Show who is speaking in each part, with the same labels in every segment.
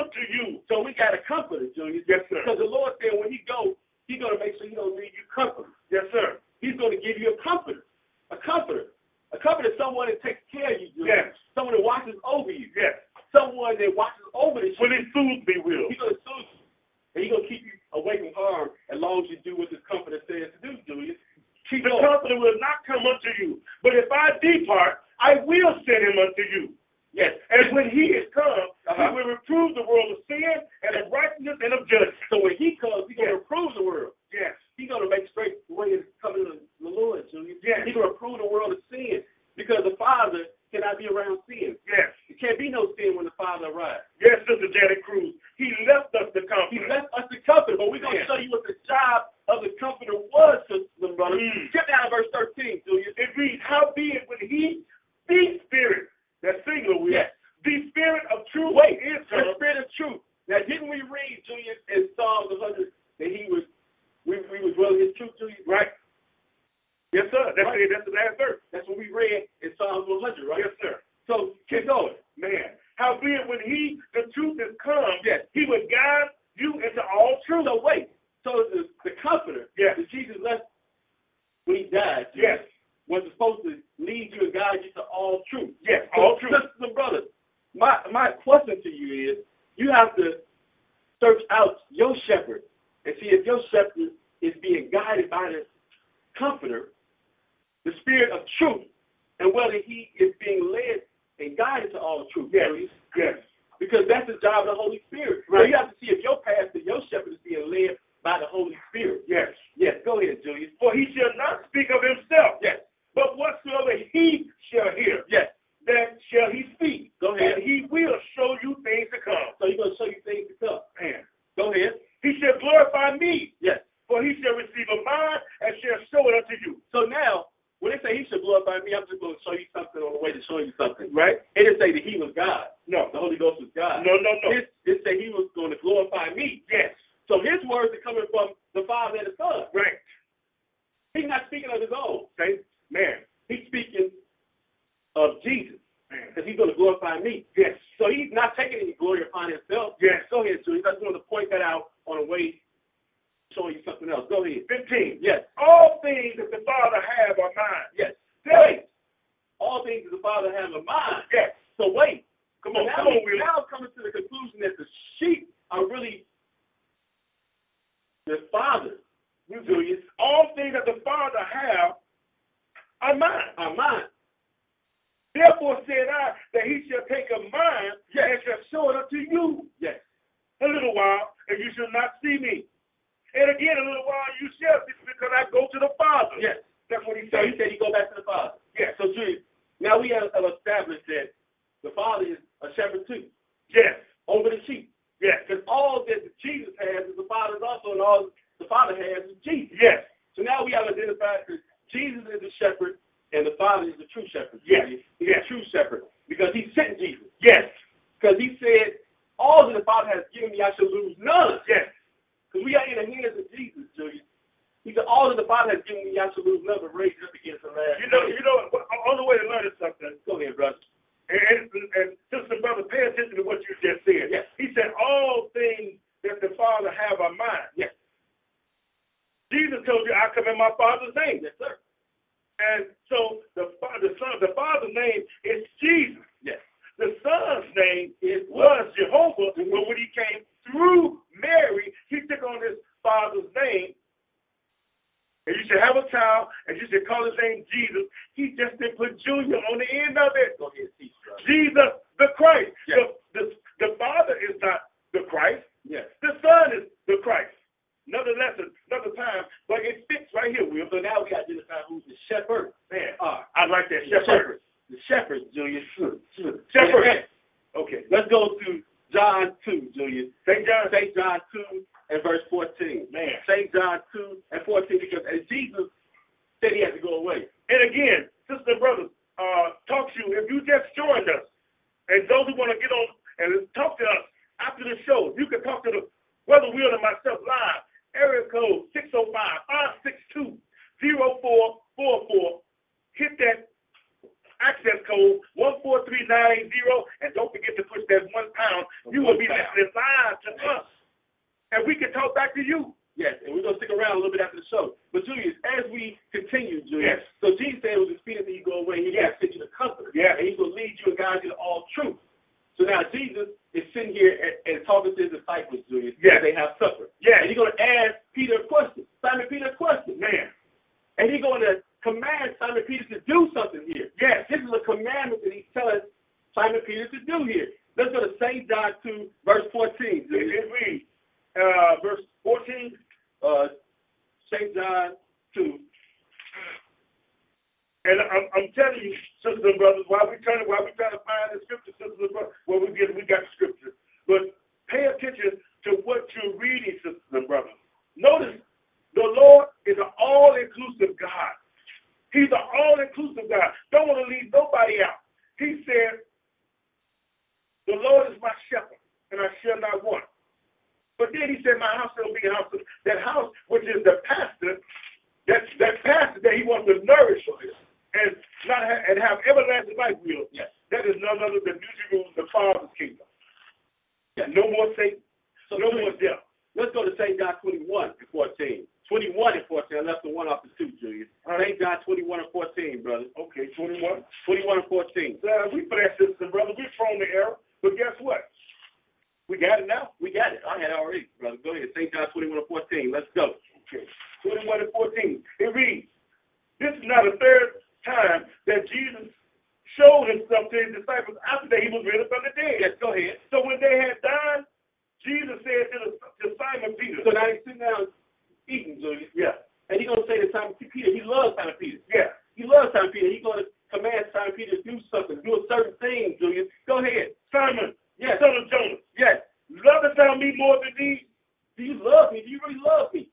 Speaker 1: Up to you. So we got a comforter, Junior.
Speaker 2: Yes, sir.
Speaker 1: Because the Lord said when he go, he going to make sure he don't leave you comfort.
Speaker 2: Yes, sir.
Speaker 1: He's going to give you a comforter. A comforter. A comforter is someone that takes care of you, Junior.
Speaker 2: Yes.
Speaker 1: Someone that watches over you.
Speaker 2: Yes.
Speaker 1: Someone that watches over the
Speaker 2: When he soothes me, will.
Speaker 1: He's going to soothe you. And he's going to keep you away from harm as long as you do what this comforter says to do, Junior. Keep
Speaker 2: The
Speaker 1: going.
Speaker 2: comforter will not come unto you. But if I depart, I will send him unto you.
Speaker 1: Yes.
Speaker 2: And when he is come,
Speaker 1: Uh-huh.
Speaker 2: he will reprove the world of sin and of righteousness and of judgment.
Speaker 1: So when he comes, he's going to
Speaker 2: Yes.
Speaker 1: approve the world.
Speaker 2: Yes.
Speaker 1: He's going to make straight the way it's coming to the Lord, Junior.
Speaker 2: Yes.
Speaker 1: He's going to approve the world of sin because the Father cannot be around sin.
Speaker 2: Yes.
Speaker 1: It can't be no sin when the Father arrives.
Speaker 2: Yes, Sister Janet Cruz. He left us the comforter.
Speaker 1: He left us the comforter, but we're going to
Speaker 2: Yes.
Speaker 1: show you what the job of the comforter was, sister brother.
Speaker 2: Mm.
Speaker 1: Get down to verse 13, Julius.
Speaker 2: It reads, How be it when he, the Spirit, that singular will,
Speaker 1: Yes.
Speaker 2: the Spirit of truth
Speaker 1: Wait,
Speaker 2: is
Speaker 1: the
Speaker 2: come.
Speaker 1: spirit of truth. Now, didn't we read, Julius, in Psalms 100 that he was, we, we was dwelling his truth, Julius?
Speaker 2: Right. Yes, sir. That's,
Speaker 1: Right.
Speaker 2: it. That's the last verse.
Speaker 1: That's what we read in Psalms 100, right?
Speaker 2: Yes, sir.
Speaker 1: So, keep going.
Speaker 2: Man. How be it when he, the truth is come,
Speaker 1: Yes.
Speaker 2: he will guide you into all truth.
Speaker 1: So wait. So the, the comforter
Speaker 2: Yes.
Speaker 1: that Jesus left when he died
Speaker 2: Yes.
Speaker 1: was supposed to lead you and guide you to all truth.
Speaker 2: Yes,
Speaker 1: So,
Speaker 2: all truth.
Speaker 1: Sisters and brothers, my my question to you is you have to search out your shepherd and see if your shepherd is being guided by the comforter, the spirit of truth, and whether he is being led and guided to all truth.
Speaker 2: Yes.
Speaker 1: Julius
Speaker 2: Yes.
Speaker 1: because that's the job of the Holy Spirit. So
Speaker 2: Right.
Speaker 1: you have to see if your pastor, your shepherd is being led by the Holy Spirit.
Speaker 2: Yes.
Speaker 1: Yes, go ahead, Julius.
Speaker 2: For he shall not speak of himself,
Speaker 1: Yes,
Speaker 2: but whatsoever he shall hear,
Speaker 1: yes.
Speaker 2: that shall he speak.
Speaker 1: Go ahead.
Speaker 2: And he will show you things to come.
Speaker 1: So he's going to show you things to come.
Speaker 2: Man.
Speaker 1: Go ahead.
Speaker 2: He shall glorify me,
Speaker 1: Yes.
Speaker 2: for he shall receive of mine and shall show it unto you.
Speaker 1: So now, when they say he should glorify me, I'm just going to show you something on the way to show you something, right? It didn't say that he was God.
Speaker 2: No.
Speaker 1: The Holy Ghost was God.
Speaker 2: No, no, no.
Speaker 1: It, it said he was going to glorify me.
Speaker 2: Yes.
Speaker 1: So his words are coming from the Father and the Son.
Speaker 2: Right.
Speaker 1: He's not speaking of his own.
Speaker 2: Thank man.
Speaker 1: He's speaking of Jesus.
Speaker 2: Man.
Speaker 1: because he's going to glorify me.
Speaker 2: Yes.
Speaker 1: So he's not taking any glory upon himself.
Speaker 2: Yes.
Speaker 1: Go ahead, Julius. I just wanted to point that out on the way showing you something else. Go ahead.
Speaker 2: 15.
Speaker 1: Yes.
Speaker 2: All things that the Father have are mine.
Speaker 1: Yes. Wait.
Speaker 2: Yes.
Speaker 1: All things that the Father has in mind.
Speaker 2: Yes.
Speaker 1: So wait.
Speaker 2: Come on,
Speaker 1: now,
Speaker 2: come on, Will.
Speaker 1: now I'm coming to the conclusion that the sheep are really the Father. You, Julius,
Speaker 2: All things that the Father have are mine.
Speaker 1: are mine.
Speaker 2: Therefore said I that he shall take of mine
Speaker 1: Yes.
Speaker 2: and shall show it unto you
Speaker 1: Yes.
Speaker 2: a little while, and you shall not see me. And again a little while you shall see me, because I go to the Father.
Speaker 1: Yes.
Speaker 2: That's what he
Speaker 1: So he
Speaker 2: said.
Speaker 1: said he go back to the Father.
Speaker 2: Yes.
Speaker 1: So, Julius, now we have have established that the Father is a shepherd too,
Speaker 2: Yes.
Speaker 1: over the sheep.
Speaker 2: Yes.
Speaker 1: Because all that Jesus has is the Father's also, and all the Father has is Jesus.
Speaker 2: Yes.
Speaker 1: So now we have identified that Jesus is the shepherd, and the Father is the true shepherd.
Speaker 2: Yes,
Speaker 1: He's
Speaker 2: yes.
Speaker 1: the true shepherd because he sent Jesus.
Speaker 2: Yes.
Speaker 1: Because he said, All that the Father has given me, I shall lose none.
Speaker 2: Yes.
Speaker 1: Because we are in the hands of Jesus, Julius. He said, All that the Father has given me, I shall lose none, but raise it up against the last.
Speaker 2: You know,
Speaker 1: day."
Speaker 2: you know, on the way to learning something,
Speaker 1: Go ahead, brother.
Speaker 2: And, and sister, brother, pay attention to what you just said.
Speaker 1: Yes.
Speaker 2: He said, all things that the Father have are mine.
Speaker 1: Yes.
Speaker 2: Jesus told you, I come in my Father's name.
Speaker 1: Yes, sir.
Speaker 2: And so the, Fa- the Son, the Father's name is Jesus.
Speaker 1: Yes.
Speaker 2: The Son's name is, was Jehovah,
Speaker 1: Mhm.
Speaker 2: but when he came through Mary, he took on his Father's name. And you should have a child, and you should call his name Jesus. He just didn't put Junior on the end of it.
Speaker 1: Go ahead, teach, brother.
Speaker 2: Jesus the Christ.
Speaker 1: Yes.
Speaker 2: The, the, the Father is not the Christ.
Speaker 1: Yes.
Speaker 2: The Son is the Christ. Another lesson, another time, but it fits right here, Will.
Speaker 1: So now we identify who's the shepherd.
Speaker 2: Man,
Speaker 1: Ah.
Speaker 2: I like that
Speaker 1: The
Speaker 2: shepherd.
Speaker 1: The shepherds, Julius. Shepherd.
Speaker 2: Okay.
Speaker 1: Let's go to John 2, Junior.
Speaker 2: St. John.
Speaker 1: St. John 2 and verse 14.
Speaker 2: Man.
Speaker 1: St. John 2 and 14 because as Jesus said he had to go away.
Speaker 2: And again, sisters and brothers, uh, talk to you. If you just joined us, and those who want to get on and talk to us after the show, you can talk to the Brother Will and myself live. Area code 605 562 0444. Hit that access code 14390 and don't forget to push that one pound. You will be listening live to us. And we can talk back to you.
Speaker 1: Yes, and we're gonna stick around a little bit after the show. But Julius, as we continue, Julius,
Speaker 2: Yes.
Speaker 1: so Jesus said it was expedient that you go away. He's gonna
Speaker 2: Yes.
Speaker 1: send you the comforter.
Speaker 2: Yes.
Speaker 1: And he's gonna lead you and guide you to all truth. So now Jesus is sitting here and, and talking to his disciples, Julius, as
Speaker 2: Yes.
Speaker 1: they have supper.
Speaker 2: Yes.
Speaker 1: And he's gonna ask Peter a question. Simon Peter a question.
Speaker 2: Man,
Speaker 1: And he's gonna command Simon Peter to do something here.
Speaker 2: Yes.
Speaker 1: This is a commandment that he's telling Simon Peter to do here. Let's go to St. John two, verse fourteen,
Speaker 2: it,
Speaker 1: Julius.
Speaker 2: it reads, uh, verse 14.
Speaker 1: Uh St. John two
Speaker 2: And I'm, I'm telling you, sisters and brothers, while we trying to while we trying to find the scripture, sisters and brothers, well we get we got the scripture. But pay attention to what you're reading, sisters and brothers. Notice the Lord is an all-inclusive God. He's an all-inclusive God. Don't want to leave nobody out. He said, "The Lord is my shepherd, and I shall not want." But then he said, "My house shall be a house." of-" That house, which is the pastor, that that pastor that he wants to nourish us and not ha- and have everlasting life with us.
Speaker 1: Yes.
Speaker 2: That is none other than music of the Father's kingdom. No more Satan.
Speaker 1: So
Speaker 2: no
Speaker 1: Julius,
Speaker 2: more death.
Speaker 1: Let's go to St. John 21 and 14. 21 and 14. I left the one off the two, Julius. St. John 21 and 14, brother.
Speaker 2: Okay, 21.
Speaker 1: 21 and 14.
Speaker 2: Uh, we bless sisters and brothers. We're from the era, but guess what?
Speaker 1: We got it now? We got it. I had it already, brother. Go ahead. St. John 21 and 14. Let's go.
Speaker 2: Okay. 21 and 14. It reads, This is not the third time that Jesus showed himself to his disciples after that he was risen from the dead.
Speaker 1: Yes, go ahead.
Speaker 2: So when they had died, Jesus said to, the, to Simon Peter,
Speaker 1: So now he's sitting down eating, Julius.
Speaker 2: Yeah,
Speaker 1: And he's going to say to Simon Peter, he loves Simon Peter.
Speaker 2: yeah.
Speaker 1: He loves Simon Peter. He's going to command Simon Peter to do something, do a certain thing, Julius. Go ahead.
Speaker 2: Simon,
Speaker 1: Yes.
Speaker 2: son of Jonah,
Speaker 1: Yes.
Speaker 2: lovest thou me more than these?
Speaker 1: Do you love me? Do you really love me?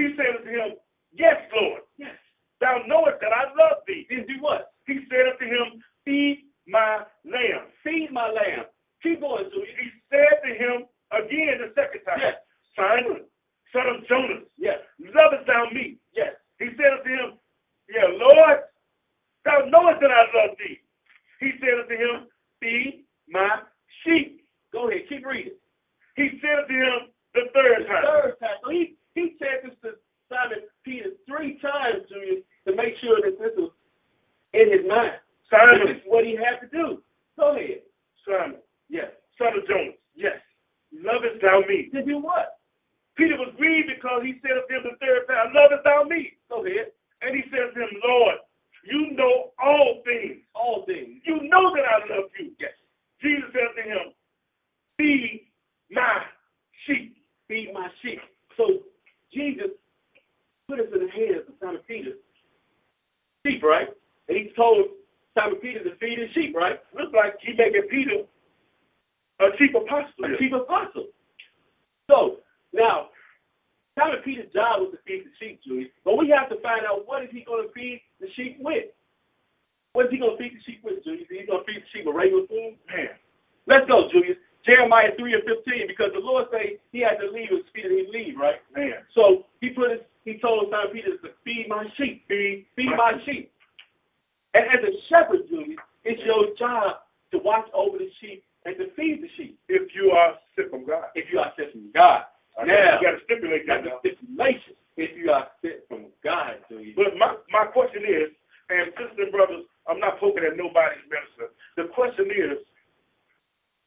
Speaker 2: He said unto him, Yes, Lord,
Speaker 1: Yes.
Speaker 2: thou knowest that I love thee.
Speaker 1: Then do what?
Speaker 2: He said unto him, Feed my lambs.
Speaker 1: Feed my lamb. Keep going, Julius.
Speaker 2: He said to him again the second time,
Speaker 1: Yes.
Speaker 2: Simon, son of Jonas,
Speaker 1: Yes.
Speaker 2: lovest thou me?
Speaker 1: Yes.
Speaker 2: He said unto him, Yeah, Lord, thou knowest that I love thee. He said unto him, Feed my sheep.
Speaker 1: Go ahead, keep reading.
Speaker 2: He said unto him the third
Speaker 1: The
Speaker 2: time,
Speaker 1: third time. So he he said this to Simon Peter three times, Julius, to make sure that this was in his mind. This
Speaker 2: Simon,
Speaker 1: is what he had to do. Go ahead.
Speaker 2: Simon,
Speaker 1: Yes.
Speaker 2: son of Jonas,
Speaker 1: Yes.
Speaker 2: lovest thou me?
Speaker 1: To do what?
Speaker 2: Peter was grieved because he said unto him the third time, Lovest thou me?
Speaker 1: Go ahead.
Speaker 2: And he said unto him, Lord, you know all things.
Speaker 1: All things.
Speaker 2: You know that I love you.
Speaker 1: Yes.
Speaker 2: Jesus said to him, Feed my sheep.
Speaker 1: Feed my sheep. So Jesus put us in the hands of Simon Peter. Sheep, right? And he told Simon Peter to feed his sheep, right?
Speaker 2: Looks like he making Peter a chief apostle.
Speaker 1: a chief apostle. So now, Simon Peter's job was to feed the sheep, Julius, but we have to find out what is he going to feed the sheep with. What is he going to feed the sheep with, Julius? Is he going to feed the sheep with regular food?
Speaker 2: Man,
Speaker 1: Let's go, Julius. Jeremiah 3 and 15, because the Lord said he had to leave and speed he leave, right?
Speaker 2: man.
Speaker 1: So he put his, he told Simon Peter to feed my sheep, feed, feed my sheep. And as a shepherd, Julius, it's your job to watch over the sheep and to feed the sheep
Speaker 2: If you are sick from God.
Speaker 1: if you are set from God.
Speaker 2: I
Speaker 1: Now,
Speaker 2: you got to stipulate that
Speaker 1: that's
Speaker 2: now.
Speaker 1: a stipulation. If you are set from God, do you?
Speaker 2: But my, my question is, and sisters and brothers, I'm not poking at nobody's medicine. The question is,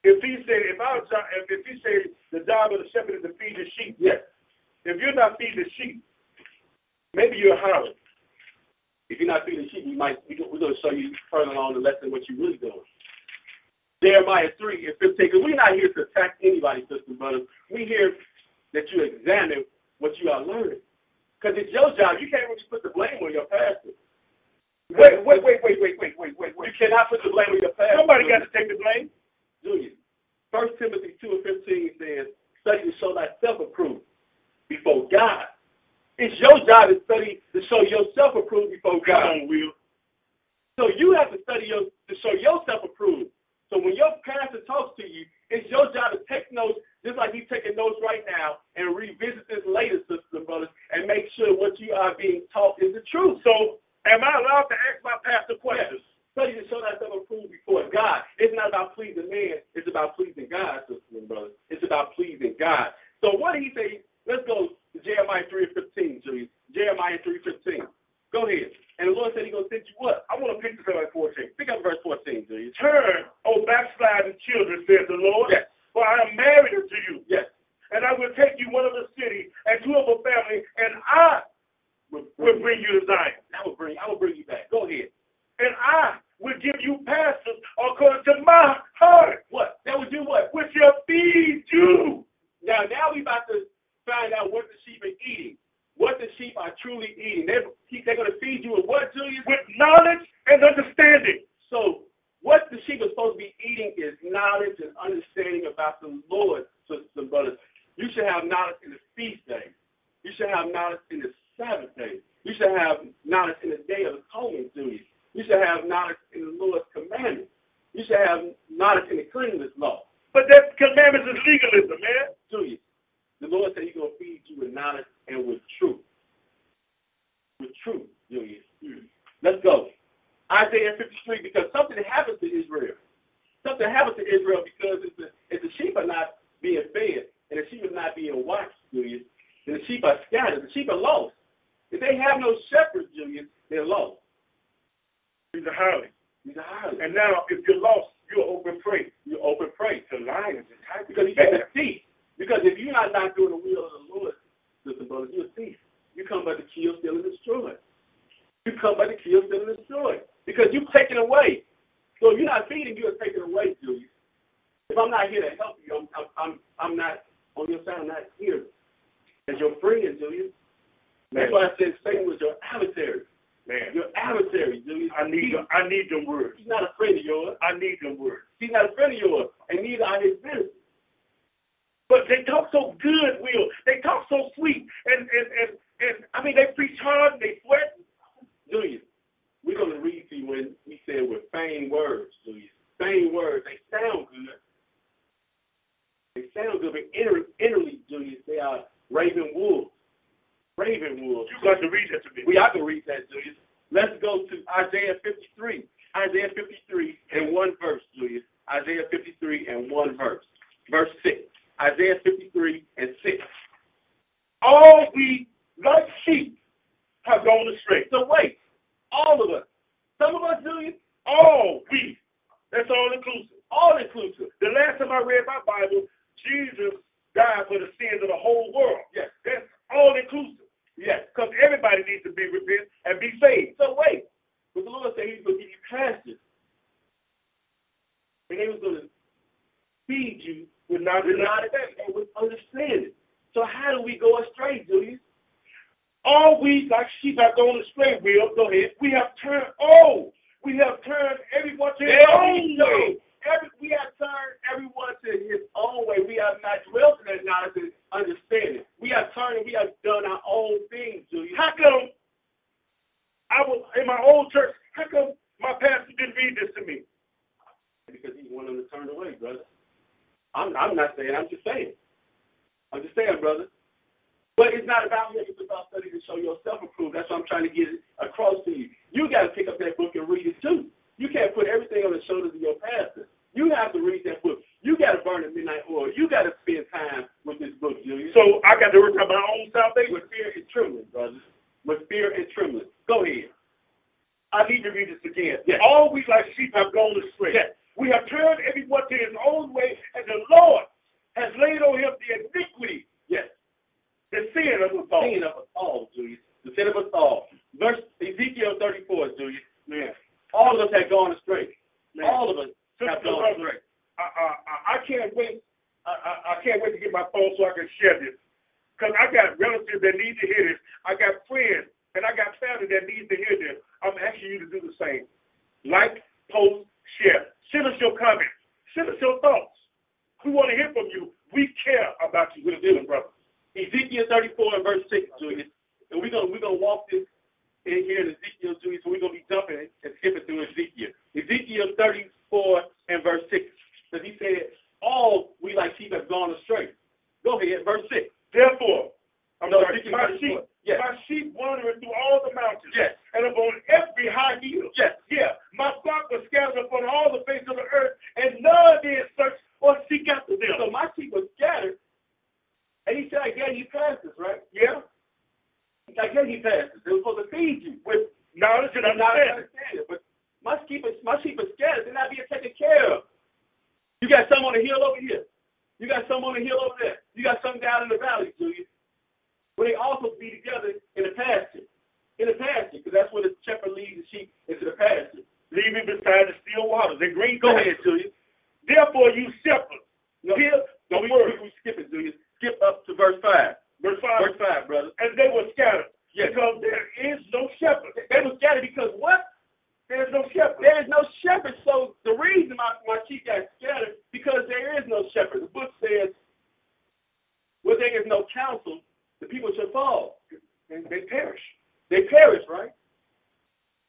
Speaker 2: if he said, if our job, if, if he said the job of the shepherd is to feed the sheep,
Speaker 1: Yes.
Speaker 2: if you're not feeding the sheep, maybe you're hiring.
Speaker 1: If you're not feeding the sheep, we might we, go- we're going to show you further on the lesson what you're really doing. Jeremiah 3 and 15. Because we're not here to attack anybody, sisters and brothers. We're here that you examine what you are learning. Because it's your job. You can't really put the blame on your pastor.
Speaker 2: Wait, wait, wait, wait, wait, wait, wait, wait,
Speaker 1: You
Speaker 2: wait.
Speaker 1: cannot put the blame on your pastor.
Speaker 2: Somebody got to take the blame.
Speaker 1: Julius. First Timothy two and fifteen says, "Study to show thyself approved before God." It's your job to study to show yourself approved before God.
Speaker 2: Come on, Will.
Speaker 1: So you have to study your, to show yourself approved. So when your pastor talks to you, it's your job to take notes, just like he's taking notes right now, and revisit this later, sisters and brothers, and make sure what you are being taught is the truth.
Speaker 2: So, am I allowed to ask my pastor questions?
Speaker 1: Study to show thyself approved before God. It's not about pleasing man. It's about pleasing God, sisters and brothers. It's about pleasing God. So what he say? Let's go to Jeremiah three and fifteen, Julius. Jeremiah three fifteen. Go ahead. And the Lord said he's gonna send you what?
Speaker 2: I want to pick this up at 14.
Speaker 1: Pick up verse fourteen, Julius.
Speaker 2: Turn, O backsliding children, says the Lord,
Speaker 1: Yes.
Speaker 2: for I am married unto you.
Speaker 1: Yes.
Speaker 2: And I will take you one of the city and two of a family, and I will bring you to Zion.
Speaker 1: I will bring I will bring you back. Go ahead.
Speaker 2: And I will give you pastors according to my heart,
Speaker 1: What? That would do what?
Speaker 2: which shall feed you.
Speaker 1: Now, now we about to find out what the sheep are eating, what the sheep are truly eating. They're, they're going to feed you with what, Julius?
Speaker 2: with knowledge and understanding.
Speaker 1: So, what the sheep are supposed to be eating is knowledge and understanding about the Lord, sisters and brothers. You should have knowledge in the feast day. You should have knowledge in the Sabbath day. You should have knowledge in the day of atonement, Julius. You should have knowledge in the Lord's commandments. You should have knowledge in the cleanliness law.
Speaker 2: But that commandments is legalism, man.
Speaker 1: to you. The Lord said He's gonna feed you with knowledge and with truth. With truth, Julius. Let's go. Isaiah 53, because something happens to Israel. Something happens to Israel because if the, if the sheep are not being fed and the sheep are not being watched, Julius, then the sheep are scattered. The sheep are lost. If they have no shepherd, Julius, they're lost.
Speaker 2: He's a highly.
Speaker 1: These are highly.
Speaker 2: And now, if you're lost, you're open prey.
Speaker 1: you open prey
Speaker 2: The lions and tigers.
Speaker 1: because you can't thief. Because if you're not not doing the will of the Lord, listen, brothers, you're a thief. You come by the kill, steal, and destroy. You come by the kill, steal, and destroy. Because you've taken away. So if you're not feeding, you're taking away, Julius. If I'm not here to help you, I'm I'm I'm, I'm not on your side. I'm not here as your friend, Julius. That's why I said Satan was your adversary.
Speaker 2: man.
Speaker 1: Your adversary, Julius.
Speaker 2: I need,
Speaker 1: He-
Speaker 2: them- I need them words.
Speaker 1: He's not a friend of yours.
Speaker 2: I need them words.
Speaker 1: He's not a friend of yours, and neither are his ministers.
Speaker 2: But they talk so good, Will. They talk so sweet, and and and and I mean, they preach hard and they sweat.
Speaker 1: Julius, we're gonna read to you when we said with feigned words, Julius. Feigned words, they sound good. They sound good, but inner, innerly, Julius, they are raven wolves. Raven wolves.
Speaker 2: You got to read that to me.
Speaker 1: We I can read that, Julius. Let's go to Isaiah 53. Isaiah 53 and one verse, Julius. Isaiah 53 and one verse. Verse 6. Isaiah 53 and 6.
Speaker 2: all we like sheep have gone astray.
Speaker 1: So wait, all of us. Some of us, Julius,
Speaker 2: All we. That's all inclusive.
Speaker 1: all inclusive.
Speaker 2: The last time I read my Bible, Jesus died for the sins of the whole world.
Speaker 1: Yes.
Speaker 2: That's all inclusive.
Speaker 1: Yes.
Speaker 2: Because everybody needs to be repent and be saved.
Speaker 1: So wait, but the Lord said He was going to give you pastures, and they was going to feed you
Speaker 2: With not
Speaker 1: with knowledge and with understanding. So how do we go astray, Julius?
Speaker 2: all we like sheep have gone astray, Will. Go ahead. We have turned oh, we have turned everyone to their own way.
Speaker 1: Every, we have turned everyone to his own way. We have not dwelt in that knowledge and understanding. We have turned and we have done our own things, Julius.
Speaker 2: How come I was in my old church, how come my pastor didn't read this to me?
Speaker 1: Because he wanted them to turn away, brother. I'm, I'm not saying, I'm just saying. I'm just saying, brother. But it's not about him, it's about study to show yourself approved. That's what I'm trying to get across to you. You got to pick up that book and read it too. You can't put everything on the shoulders of your pastor. You have to read that book. You got to burn the midnight oil. You got to spend time with this book, Julius.
Speaker 2: So I got to work on my own salvation.
Speaker 1: with fear and trembling, brother. With fear and trembling. Go ahead.
Speaker 2: I need to read this again.
Speaker 1: Yes.
Speaker 2: All we like sheep have gone astray.
Speaker 1: Yes.
Speaker 2: We have turned everyone to his own way, and the Lord has laid on him the iniquity,
Speaker 1: Yes.
Speaker 2: the sin of us all.
Speaker 1: sin of us all, Julius. The sin of us all. Verse Ezekiel 34, Julius.
Speaker 2: Man.
Speaker 1: All of us have gone astray.
Speaker 2: Man.
Speaker 1: All of us
Speaker 2: Sister
Speaker 1: have gone
Speaker 2: Rosa,
Speaker 1: astray.
Speaker 2: I, I, I- I can't wait. I, I, I can't wait to get my phone so I can share this. Because I got relatives that need to hear this. I got friends, and I got family that needs to hear this. I'm asking you to do the same. Like, post, share. Send us your comments. Send us your thoughts. We want to hear from you. We care about you,
Speaker 1: We'll do it, brother. Ezekiel 34 and verse 6, Julius. And we're going to we're gonna walk this in here in Ezekiel, Julius, so we're going to be jumping and skipping through Ezekiel. Ezekiel 34 and verse 6. Because he said, All we like sheep have gone astray. Go ahead, verse 6.
Speaker 2: Therefore, I'm
Speaker 1: No,
Speaker 2: sorry,
Speaker 1: Ezekiel
Speaker 2: my
Speaker 1: 34.
Speaker 2: sheep,
Speaker 1: Yes.
Speaker 2: my sheep wandering through all the mountains,
Speaker 1: Yes.
Speaker 2: and upon every high hill.
Speaker 1: Yes.
Speaker 2: yeah. My flock was scattered upon all the face of the earth, and none did search or seek after them.
Speaker 1: So my sheep was scattered, and he said, I gave you pastors, right?
Speaker 2: yeah,
Speaker 1: I gave you pastors. They were supposed to feed you with
Speaker 2: knowledge and
Speaker 1: I'm not understanding.
Speaker 2: understanding.
Speaker 1: But my sheep, is, my sheep is scattered. They're not being taken care of. You got some on the hill over here. You got some on the hill over there. You got some down in the valley, do you? Where they also be together in the pasture. In the pasture, because that's where the shepherd leads the sheep into the pasture.
Speaker 2: Leaving beside the still waters, the green
Speaker 1: Go ahead, Julius.
Speaker 2: pastures. Therefore, you shepherds,
Speaker 1: No,
Speaker 2: hear the
Speaker 1: no we,
Speaker 2: word.
Speaker 1: we, we skip it, Julius. Skip up to verse 5.
Speaker 2: Verse five.
Speaker 1: Verse 5, brother.
Speaker 2: And they were scattered
Speaker 1: Yes.
Speaker 2: because there is no shepherd.
Speaker 1: They were scattered because what?
Speaker 2: There is no shepherd.
Speaker 1: There is no shepherd. So the reason my, my sheep got scattered because there is no shepherd. The book says, where there is no counsel, the people shall fall.
Speaker 2: And they perish
Speaker 1: They perish, right?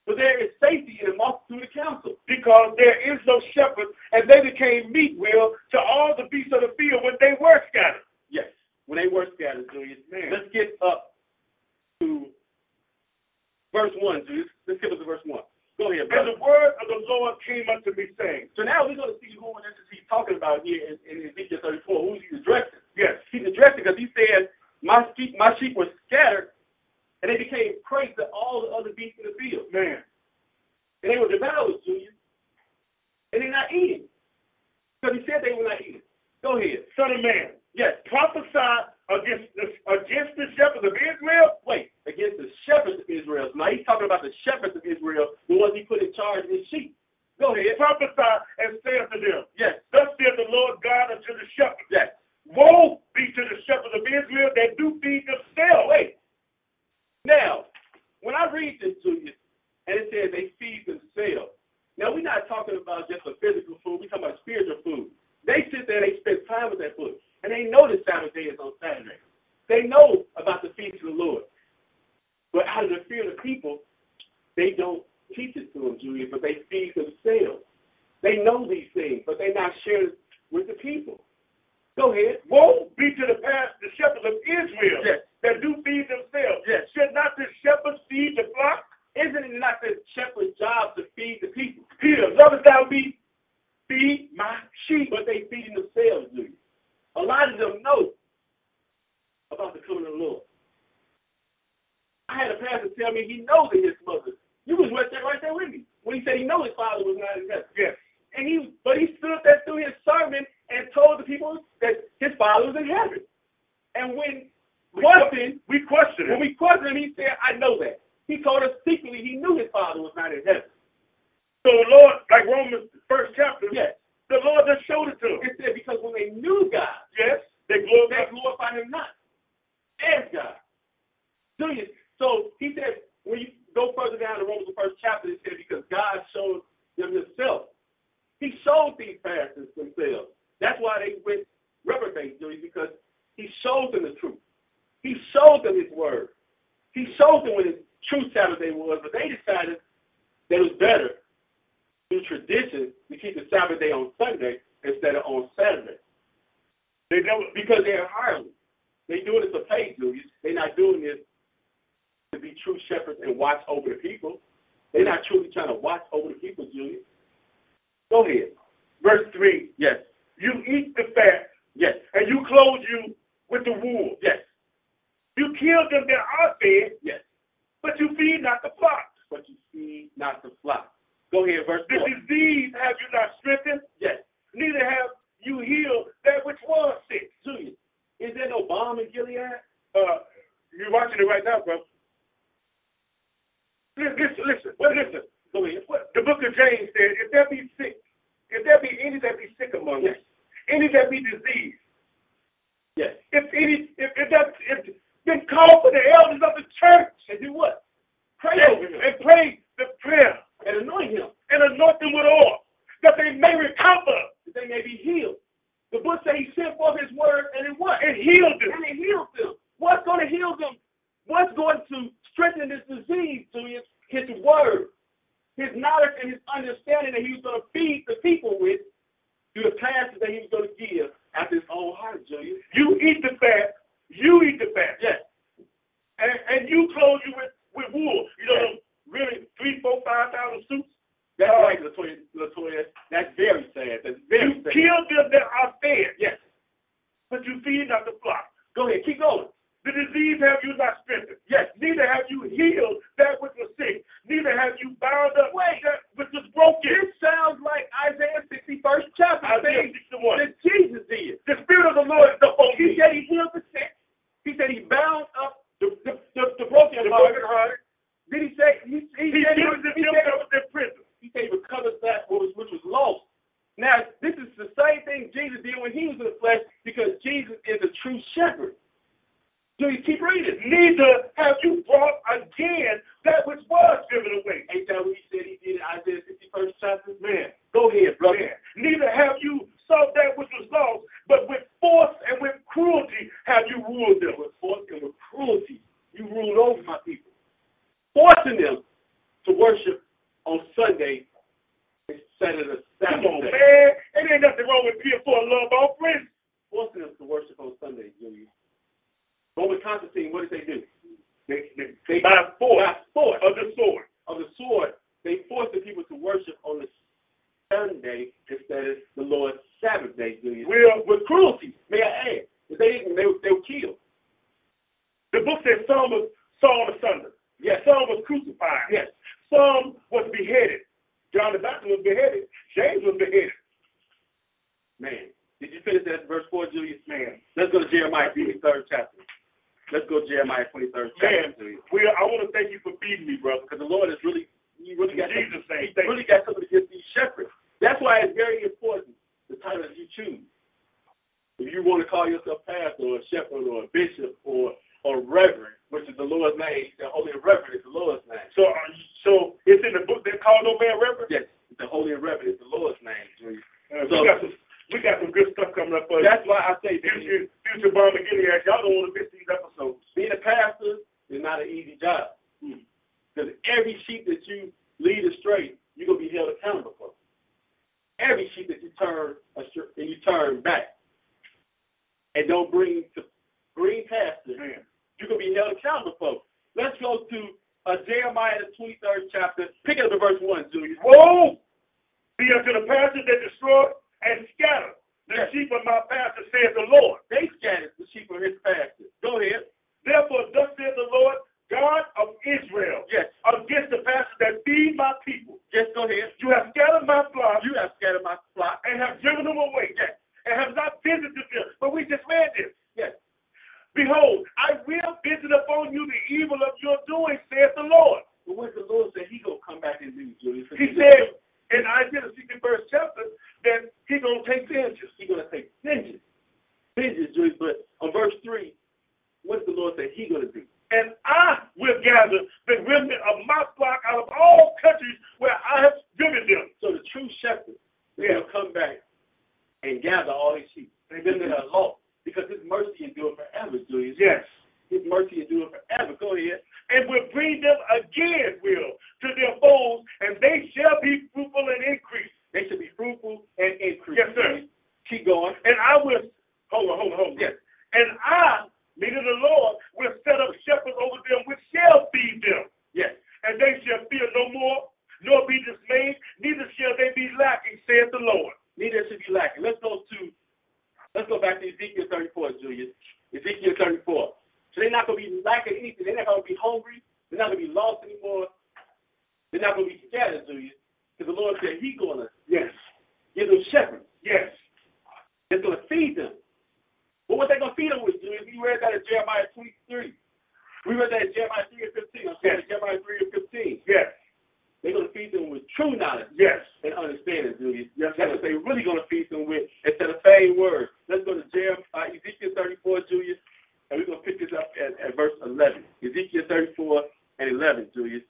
Speaker 1: But there is safety in a multitude of counsel.
Speaker 2: because there is no shepherd, and they became meat will to all the beasts of the field when they were scattered.
Speaker 1: Yes. When they were scattered, Julius.
Speaker 2: Man.
Speaker 1: Let's get up to verse 1, Julius. Let's get up to verse 1. Go ahead,
Speaker 2: And
Speaker 1: brother.
Speaker 2: the word of the Lord came unto me, saying,
Speaker 1: So now we're going to see who it is that he's talking about here in, in Ezekiel 34, who's he addressing.
Speaker 2: Yes.
Speaker 1: He's addressing because he says, my sheep, my sheep were scattered, and they became prey to all the other beasts in the field.
Speaker 2: Man,
Speaker 1: And they were devoured, Junior. And they're not eating. Because he said they were not eating. Go ahead.
Speaker 2: son of man,
Speaker 1: Yes.
Speaker 2: prophesy against the, against the shepherds of Israel.
Speaker 1: Wait. Against the shepherds of Israel. Now he's talking about the shepherds of Israel, the ones he put in charge of his sheep. Go ahead.
Speaker 2: Prophesy and say unto them,
Speaker 1: Yes.
Speaker 2: Thus saith the Lord God unto the shepherds.
Speaker 1: Yes.
Speaker 2: Woe be to the shepherds of Israel that do feed themselves.
Speaker 1: Wait. Now, when I read this to you, and it says they feed themselves. Now we're not talking about just a physical food, we're talking about spiritual food. They sit there, they spend time with that food. And they know the Sabbath day is on Saturday. They know about the feast of the Lord. But out of the fear of the people, they don't teach it to them, Julia, but they feed themselves. They know these things, but they're not sharing it with the people. Go ahead.
Speaker 2: Woe be to the past, the shepherds of Israel
Speaker 1: Yes.
Speaker 2: that do feed themselves.
Speaker 1: Yes.
Speaker 2: Should not the shepherds feed the flock?
Speaker 1: Isn't it not the shepherd's job to feed the people?
Speaker 2: Peter, lovest thou me? Feed my sheep.
Speaker 1: But they feeding themselves, do you? A lot of them know about the coming of the Lord. I had a pastor tell me he knows that his mother. You was right there, right there with me when he said he know his father was not in heaven.
Speaker 2: Yes.
Speaker 1: And he, but he stood there through his sermon and told the people that his father was in heaven. And when questioned,
Speaker 2: We question
Speaker 1: when we
Speaker 2: it.
Speaker 1: questioned him, he said, "I know that." He told us secretly he knew his father was not in heaven.
Speaker 2: So the Lord, like Romans first chapter,
Speaker 1: Yes,
Speaker 2: the Lord just showed it to them.
Speaker 1: it said because when they knew God,
Speaker 2: Yes. They
Speaker 1: they
Speaker 2: glorified.
Speaker 1: glorify him not as God. Julius, so he said, when you go further down to Romans, the first chapter, it said, because God showed them himself. He showed these pastors themselves. That's why they went reprobate, Julius, because he showed them the truth. He showed them his word. He showed them what his true Saturday was, but they decided that it was better through tradition to keep the Sabbath day on Sunday instead of on Saturday.
Speaker 2: They never,
Speaker 1: Because they're hireling. They doing it to pay dues. They're not doing this to be true shepherds and watch over the people. They're not truly trying to watch over the people, Julius. Go ahead.
Speaker 2: verse 3
Speaker 1: Yes.
Speaker 2: You eat the fat,
Speaker 1: Yes.
Speaker 2: and you clothe you with the wool.
Speaker 1: Yes.
Speaker 2: You kill them that are fed,
Speaker 1: Yes.
Speaker 2: but you feed not the flock.
Speaker 1: But you see not the flock. Go ahead, verse
Speaker 2: The
Speaker 1: 4.
Speaker 2: disease have you not strengthened,
Speaker 1: Yes.
Speaker 2: neither have you healed that which was sick.
Speaker 1: Julius, is there no bomb in Gilead?
Speaker 2: Uh, you're watching it right now, bro. Listen, listen, listen. Well, listen.
Speaker 1: Go ahead.
Speaker 2: What the book of James said, if there be sick, if there be any that be sick among
Speaker 1: Yes.
Speaker 2: us, any that be diseased,
Speaker 1: Yes.
Speaker 2: if any, if, if that, if then call for the elders of the church
Speaker 1: And do what? Pray
Speaker 2: and,
Speaker 1: over him
Speaker 2: and pray the prayer
Speaker 1: and anoint him
Speaker 2: and anoint them with oil that they may recover.
Speaker 1: that they may be healed. The book said he sent forth his word and it what?
Speaker 2: It healed them.
Speaker 1: And it healed them. What's going to heal them? What's going to strengthen this disease to his, his word, his knowledge, and his understanding that he was going to feed the people with through the passage that he was going to give after his own heart, Julius?
Speaker 2: You eat the fat. You eat the fat.
Speaker 1: Yes.
Speaker 2: And, and you clothe you with, with wool. You know, them really three, four, five thousand suits.
Speaker 1: That's right, Latoya. Latoya. That's very sad. That's very
Speaker 2: You
Speaker 1: sad.
Speaker 2: kill them that are fed,
Speaker 1: Yes.
Speaker 2: but you feed not the flock.
Speaker 1: Go ahead. Keep going.
Speaker 2: The disease have you not strengthened.
Speaker 1: Yes.
Speaker 2: Neither have you healed that which was sick. Neither have you bound up that which was broken.
Speaker 1: This sounds like Isaiah 61st chapter.
Speaker 2: Isaiah
Speaker 1: things
Speaker 2: 61.
Speaker 1: That Jesus did.
Speaker 2: The Spirit of the Lord is upon
Speaker 1: He
Speaker 2: me.
Speaker 1: said he healed the sick. He said he bound up the the, the, the broken
Speaker 2: The
Speaker 1: heart.
Speaker 2: brokenhearted.
Speaker 1: Did he say he, he,
Speaker 2: He
Speaker 1: said, he,
Speaker 2: healed the
Speaker 1: he
Speaker 2: them
Speaker 1: said-
Speaker 2: that was in prison.
Speaker 1: he said he recovers that which was, which was lost. Now this is the same thing Jesus did when he was in the flesh because Jesus is a true shepherd. So you keep reading.
Speaker 2: Neither have you brought again that which was driven away.
Speaker 1: Ain't that what he said he did in Isaiah 61st chapter?
Speaker 2: Man.
Speaker 1: Go ahead, brother.
Speaker 2: Man, neither have you sought that which was lost, but with force and with cruelty have you ruled them.
Speaker 1: with force and with cruelty. You ruled over my people, forcing them to worship on Sunday instead of the
Speaker 2: Come on,
Speaker 1: Saturday.
Speaker 2: man. It ain't nothing wrong with being for a love offering.
Speaker 1: Forcing them to worship on Sunday, Julius. Roman Constantine, what did they do? They, they, they
Speaker 2: By force.
Speaker 1: by force
Speaker 2: Of the sword.
Speaker 1: of the sword, they forced the people to worship on the Sunday instead of the Lord's Sabbath day, Julius.
Speaker 2: Well,
Speaker 1: With cruelty, may I add. If they didn't, they, were- they were killed.
Speaker 2: the book says some was sawn asunder.
Speaker 1: Yes.
Speaker 2: Some was crucified.
Speaker 1: Yes.
Speaker 2: Some was beheaded. John the Baptist was beheaded. James was beheaded.
Speaker 1: Man, did you finish that verse 4, Julius? Man, let's go to Jeremiah 23rd chapter. Let's go to Jeremiah 23rd chapter,
Speaker 2: Man,
Speaker 1: Julius.
Speaker 2: well, I want to thank you for feeding me, brother.
Speaker 1: Because the Lord is really, He really got
Speaker 2: Jesus
Speaker 1: something, he
Speaker 2: name, thank
Speaker 1: really
Speaker 2: you.
Speaker 1: got something against these shepherds. That's why it's very important the title that you choose. If you want to call yourself pastor or a shepherd or a bishop or or reverend, which is the Lord's name, the holy and reverend is the Lord's name.
Speaker 2: So, uh, so it's in the book that called No Man Reverend?
Speaker 1: Yes, the holy and reverend is the Lord's name, Julius.
Speaker 2: Uh,
Speaker 1: So-
Speaker 2: we, got some, we got some good stuff coming up for you.
Speaker 1: That's why I say this.
Speaker 2: Future, future Bomber Gilead. Y'all don't want to miss these episodes. Hmm.
Speaker 1: being a pastor is not an easy job. Because every sheep that you lead astray, you're gonna be held accountable for. Every sheep that you turn astray, and you turn back and don't bring to bring pastor,
Speaker 2: Man.
Speaker 1: you're gonna be held accountable for. Let's go to uh, Jeremiah the twenty third chapter. Pick up the verse one, Julius.
Speaker 2: Whoa! Be unto the pastors that destroy and scatter the
Speaker 1: Yes.
Speaker 2: sheep of my pastor, says the Lord.
Speaker 1: They scattered the sheep of his pasture. Go ahead.
Speaker 2: Therefore, thus says the Lord, God of Israel,
Speaker 1: Yes.
Speaker 2: against the pastors that feed my people.
Speaker 1: Yes, go ahead.
Speaker 2: You have scattered my flock
Speaker 1: You have scattered my flock.
Speaker 2: and have driven them away, yes, and have not visited them. But we just read this.
Speaker 1: Yes.
Speaker 2: Behold, I will visit upon you the evil of your doing, saith the Lord.
Speaker 1: But what the Lord said, He gonna come back and do, Julius.
Speaker 2: He said in Isaiah 61st chapter that he gonna take vengeance.
Speaker 1: He's gonna take vengeance. Vengeance, Julius. But on verse three, what's the Lord say he gonna do?
Speaker 2: And I will gather the remnant of my flock out of all countries where I have driven them.
Speaker 1: So the true shepherd is
Speaker 2: Yeah.
Speaker 1: gonna come back and gather all his sheep. And then they are lost. Because his mercy endure forever, Julius.
Speaker 2: Yes.
Speaker 1: His mercy endure forever. Go ahead.
Speaker 2: And will bring them again, will, to their folds, and they shall be fruitful and increase.
Speaker 1: They should be fruitful and increase.
Speaker 2: Yes, sir.
Speaker 1: Julius. Keep going.
Speaker 2: And I will, hold on, hold on, hold on.
Speaker 1: Yes.
Speaker 2: And I, meaning the Lord, will set up shepherds over them which shall feed them.
Speaker 1: Yes.
Speaker 2: And they shall fear no more, nor be dismayed, neither shall they be lacking, saith the Lord.
Speaker 1: Neither should be lacking. Let's go to let's go back to Ezekiel thirty four, Julius. Ezekiel thirty four. So they're not gonna be lacking anything. They're not gonna be hungry. They're not gonna be lost anymore. They're not gonna be scattered, Julius. Because the Lord said He's gonna
Speaker 2: Yes.
Speaker 1: give them shepherds.
Speaker 2: Yes.
Speaker 1: That's gonna feed them. But what they gonna feed them with, Julius? We read that in Jeremiah twenty three. We read that in Jeremiah three and fifteen. I'm sorry,
Speaker 2: Yes.
Speaker 1: Jeremiah three and fifteen.
Speaker 2: Yes.
Speaker 1: They're gonna feed them with true knowledge
Speaker 2: Yes.
Speaker 1: and understanding, Julius.
Speaker 2: Yes,
Speaker 1: That's
Speaker 2: sir.
Speaker 1: what they really going to feed them with instead of fame words. Let's go to Jeremiah, uh, Ezekiel 34, Julius, and we're going to pick this up at, at verse 11. Ezekiel 34 and 11, Julius.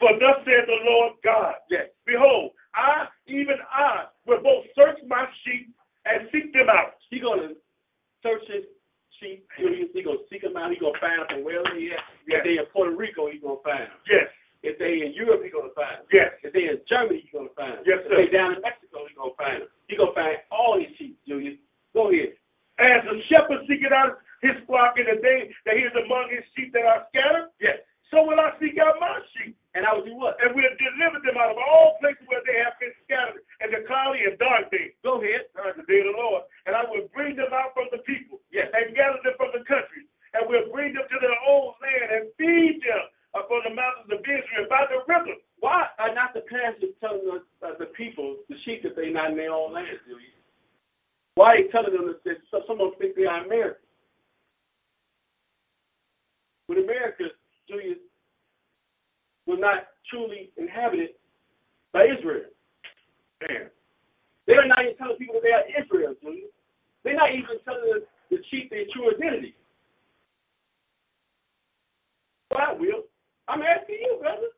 Speaker 2: For thus saith the Lord God,
Speaker 1: Yes.
Speaker 2: Behold, I, even I, will both search my sheep and seek them out,
Speaker 1: sheep. He, he gonna seek them out. He gonna find them from wherever they at. If they in Puerto Rico, he gonna find them.
Speaker 2: Yes.
Speaker 1: If they in Europe, he gonna find them.
Speaker 2: Yes.
Speaker 1: If they in Germany, he gonna find them.
Speaker 2: Yes,
Speaker 1: if
Speaker 2: sir.
Speaker 1: they down in Mexico, he gonna find them. He gonna find all these sheep, Julius. Go ahead.
Speaker 2: As the shepherd seeketh out his flock in the day that he is among his sheep that are scattered,
Speaker 1: Yes.
Speaker 2: so will I seek out my sheep.
Speaker 1: And I will do what?
Speaker 2: And we'll deliver them out of all places where they have been scattered, and the cloudy and dark days.
Speaker 1: Go ahead.
Speaker 2: uh, the day of the Lord. And I will bring them out from the people,
Speaker 1: Yes.
Speaker 2: and gather them from the countries, and will bring them to their own land, and feed them upon the mountains of Israel by the rivers.
Speaker 1: Why are not the pastors telling us, uh, the people, the sheep, that they not in their own land, Julius? Why are they telling them that that some of them think they are Americans? When America, Julius, was not truly inhabited by Israel.
Speaker 2: Man,
Speaker 1: They are not even telling people that they are Israel, Julius. They're not even telling the, the sheep their true identity. Well, I will. I'm asking you, brother.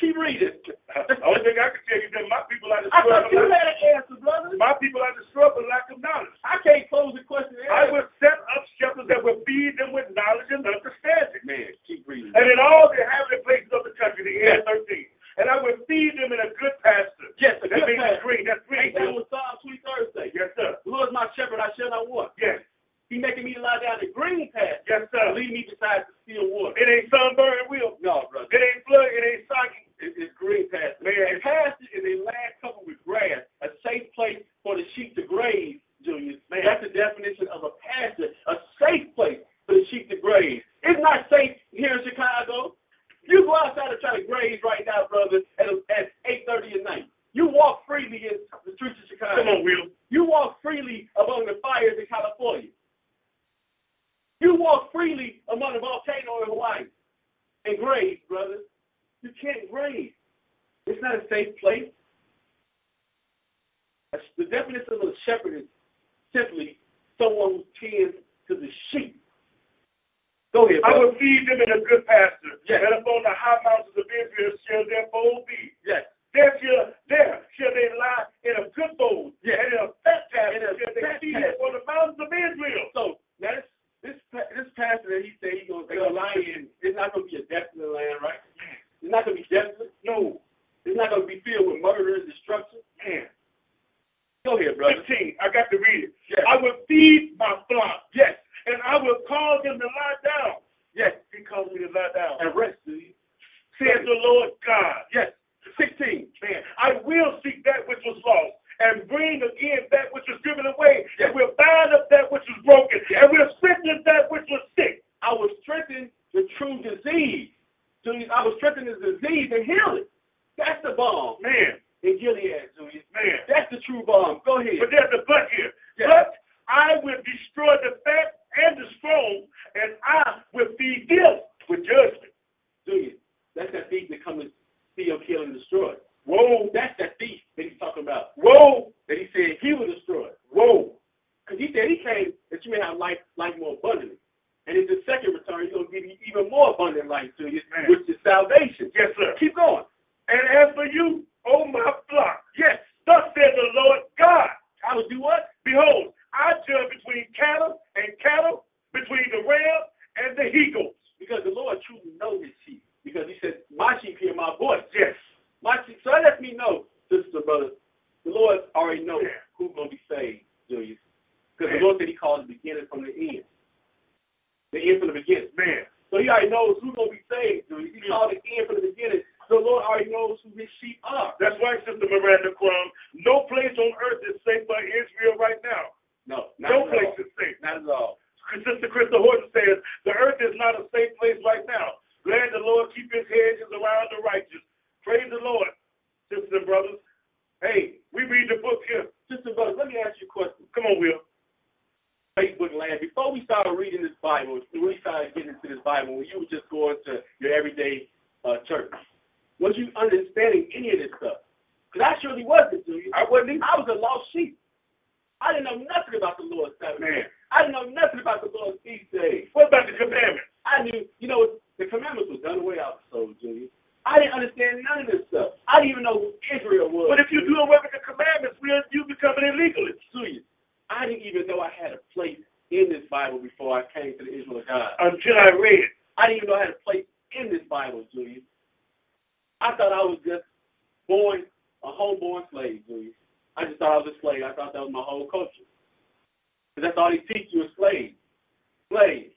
Speaker 1: Keep reading.
Speaker 2: the only thing I can tell you is that my people are the
Speaker 1: I thought you
Speaker 2: struggle.
Speaker 1: had an answer, brother.
Speaker 2: My people are the struggle lack of knowledge.
Speaker 1: I can't close the question.
Speaker 2: I will set up shepherds that will feed them with knowledge and understanding.
Speaker 1: Man, keep reading.
Speaker 2: And in all the inhabited places of the country, the end 13. And I will feed them in a good pasture.
Speaker 1: Yes, a
Speaker 2: that
Speaker 1: good
Speaker 2: means
Speaker 1: pasture.
Speaker 2: green. That's green.
Speaker 1: Ain't that what Psalm 20 Thursday?
Speaker 2: Yes, sir.
Speaker 1: The Lord is my shepherd, I shall not want.
Speaker 2: Yes.
Speaker 1: He making me lie down in green pastures.
Speaker 2: Yes, sir.
Speaker 1: Lead me beside the still water.
Speaker 2: It ain't sunburn will.
Speaker 1: No, brother.
Speaker 2: It ain't flood. It ain't soggy.
Speaker 1: It- it's green pasture. Man, pasture is a land covered with grass, a safe place for the sheep to graze, Julius. Man, that's the definition of a pasture, a safe place for the sheep to graze. It's not safe here in Chicago. You go outside and try to graze right now, brother, at, at 8.30 at night. You walk freely in the streets of Chicago.
Speaker 2: Come on, Will.
Speaker 1: You walk freely among the fires in California. You walk freely among the volcano in Hawaii and graze, brother. You can't graze. It's not a safe place. That's- The definition of a shepherd is simply someone who tends to the sheep. Go ahead.
Speaker 2: I
Speaker 1: brother.
Speaker 2: will feed them in a good pasture.
Speaker 1: Yes.
Speaker 2: And upon the high mountains of Israel shall their fold be.
Speaker 1: Yes.
Speaker 2: There shall, there shall they lie in a good fold.
Speaker 1: Yes.
Speaker 2: And in a fat pasture
Speaker 1: In a
Speaker 2: shall they
Speaker 1: fat
Speaker 2: feed
Speaker 1: pasture.
Speaker 2: upon the mountains of Israel.
Speaker 1: So now this this pa- this pastor that he said he's gonna, they gonna lie in, it's not gonna be a desolate land, right? It's not gonna be desolate. No. It's not gonna be filled with murder and destruction.
Speaker 2: Man.
Speaker 1: Go ahead, brother.
Speaker 2: 15. I got to read it.
Speaker 1: Yes.
Speaker 2: I will feed my flock.
Speaker 1: Yes.
Speaker 2: And I will cause them to lie down.
Speaker 1: Yes.
Speaker 2: He calls me to lie down.
Speaker 1: And rest, do you?
Speaker 2: Says the Lord God.
Speaker 1: Yes. Sixteen.
Speaker 2: Man, I will seek that which was lost and bring again that which was driven away. And we'll bind up that which was broken. And we'll strengthen that which was sick.
Speaker 1: I will strengthen the true disease. Julius, I will strengthen the disease and heal it. That's the bomb
Speaker 2: Man,
Speaker 1: in Gilead, Julius.
Speaker 2: man.
Speaker 1: That's the true bomb. Go ahead.
Speaker 2: But there's a but here.
Speaker 1: Yeah.
Speaker 2: But I will destroy the fat and the strong, and I will feed them with judgment.
Speaker 1: Julius, that's that thief that comes to steal, kill, and destroy.
Speaker 2: Whoa,
Speaker 1: That's that thief that he's talking about.
Speaker 2: whoa,
Speaker 1: that he said he would destroy.
Speaker 2: whoa.
Speaker 1: Because he said he came that you may have life, life more abundantly. And in the second return, he's going to give you even more abundant life to you,
Speaker 2: Man.
Speaker 1: which is salvation.
Speaker 2: Yes, sir.
Speaker 1: Keep going.
Speaker 2: And as for you,
Speaker 1: oh
Speaker 2: O my flock, yes, thus says the Lord God,
Speaker 1: I will do what?
Speaker 2: Behold, I judge between cattle and cattle, between the ram and the eagles.
Speaker 1: Because the Lord truly knows his sheep. Because he said, My sheep hear my voice.
Speaker 2: Yes.
Speaker 1: My sheep. So that lets me know, sisters and brothers, the Lord already knows
Speaker 2: Yeah.
Speaker 1: who's going to be saved, Julius. Because
Speaker 2: Yeah.
Speaker 1: the Lord said he calls the beginning from the end. The end from the beginning.
Speaker 2: Man,
Speaker 1: So he already knows who's going to be saved, Julius. He called the end from the beginning. The Lord already knows who his sheep are.
Speaker 2: that's why, Sister Miranda Crum, no place on earth is safe for Israel right now.
Speaker 1: No, not
Speaker 2: No
Speaker 1: at
Speaker 2: place
Speaker 1: all.
Speaker 2: is safe.
Speaker 1: Not at all.
Speaker 2: Sister Crystal Horton says, the earth is not a safe place right now. Glad the Lord keep his hedges around the righteous. Praise the Lord, sisters and brothers. Hey, we read the book here.
Speaker 1: Sister and brothers, let me ask you a question.
Speaker 2: Come on, Will.
Speaker 1: Facebook land. Before we started reading this Bible, when we started getting into this Bible, when you were just going to your everyday uh, church, was you understanding any of this stuff? Because I surely wasn't, Julius.
Speaker 2: I wasn't
Speaker 1: I was a lost sheep. I didn't know nothing about the Lord's Sabbath.
Speaker 2: Man.
Speaker 1: I didn't know nothing about the Lord's feast day.
Speaker 2: What about the commandments?
Speaker 1: I knew, you know, the commandments were done away out of the soul, Julius. I didn't understand none of this stuff. I didn't even know who Israel was.
Speaker 2: But if you do away with the commandments, Will, you become an illegalist.
Speaker 1: to you. I didn't even know I had a place in this Bible before I came to the Israel of God.
Speaker 2: until I read it.
Speaker 1: I didn't even know how to play in this Bible, Julius. I thought I was just born a homeborn slave, Julius. I just thought I was a slave. I thought that was my whole culture. 'Cause that's all they teach you is slave, slave,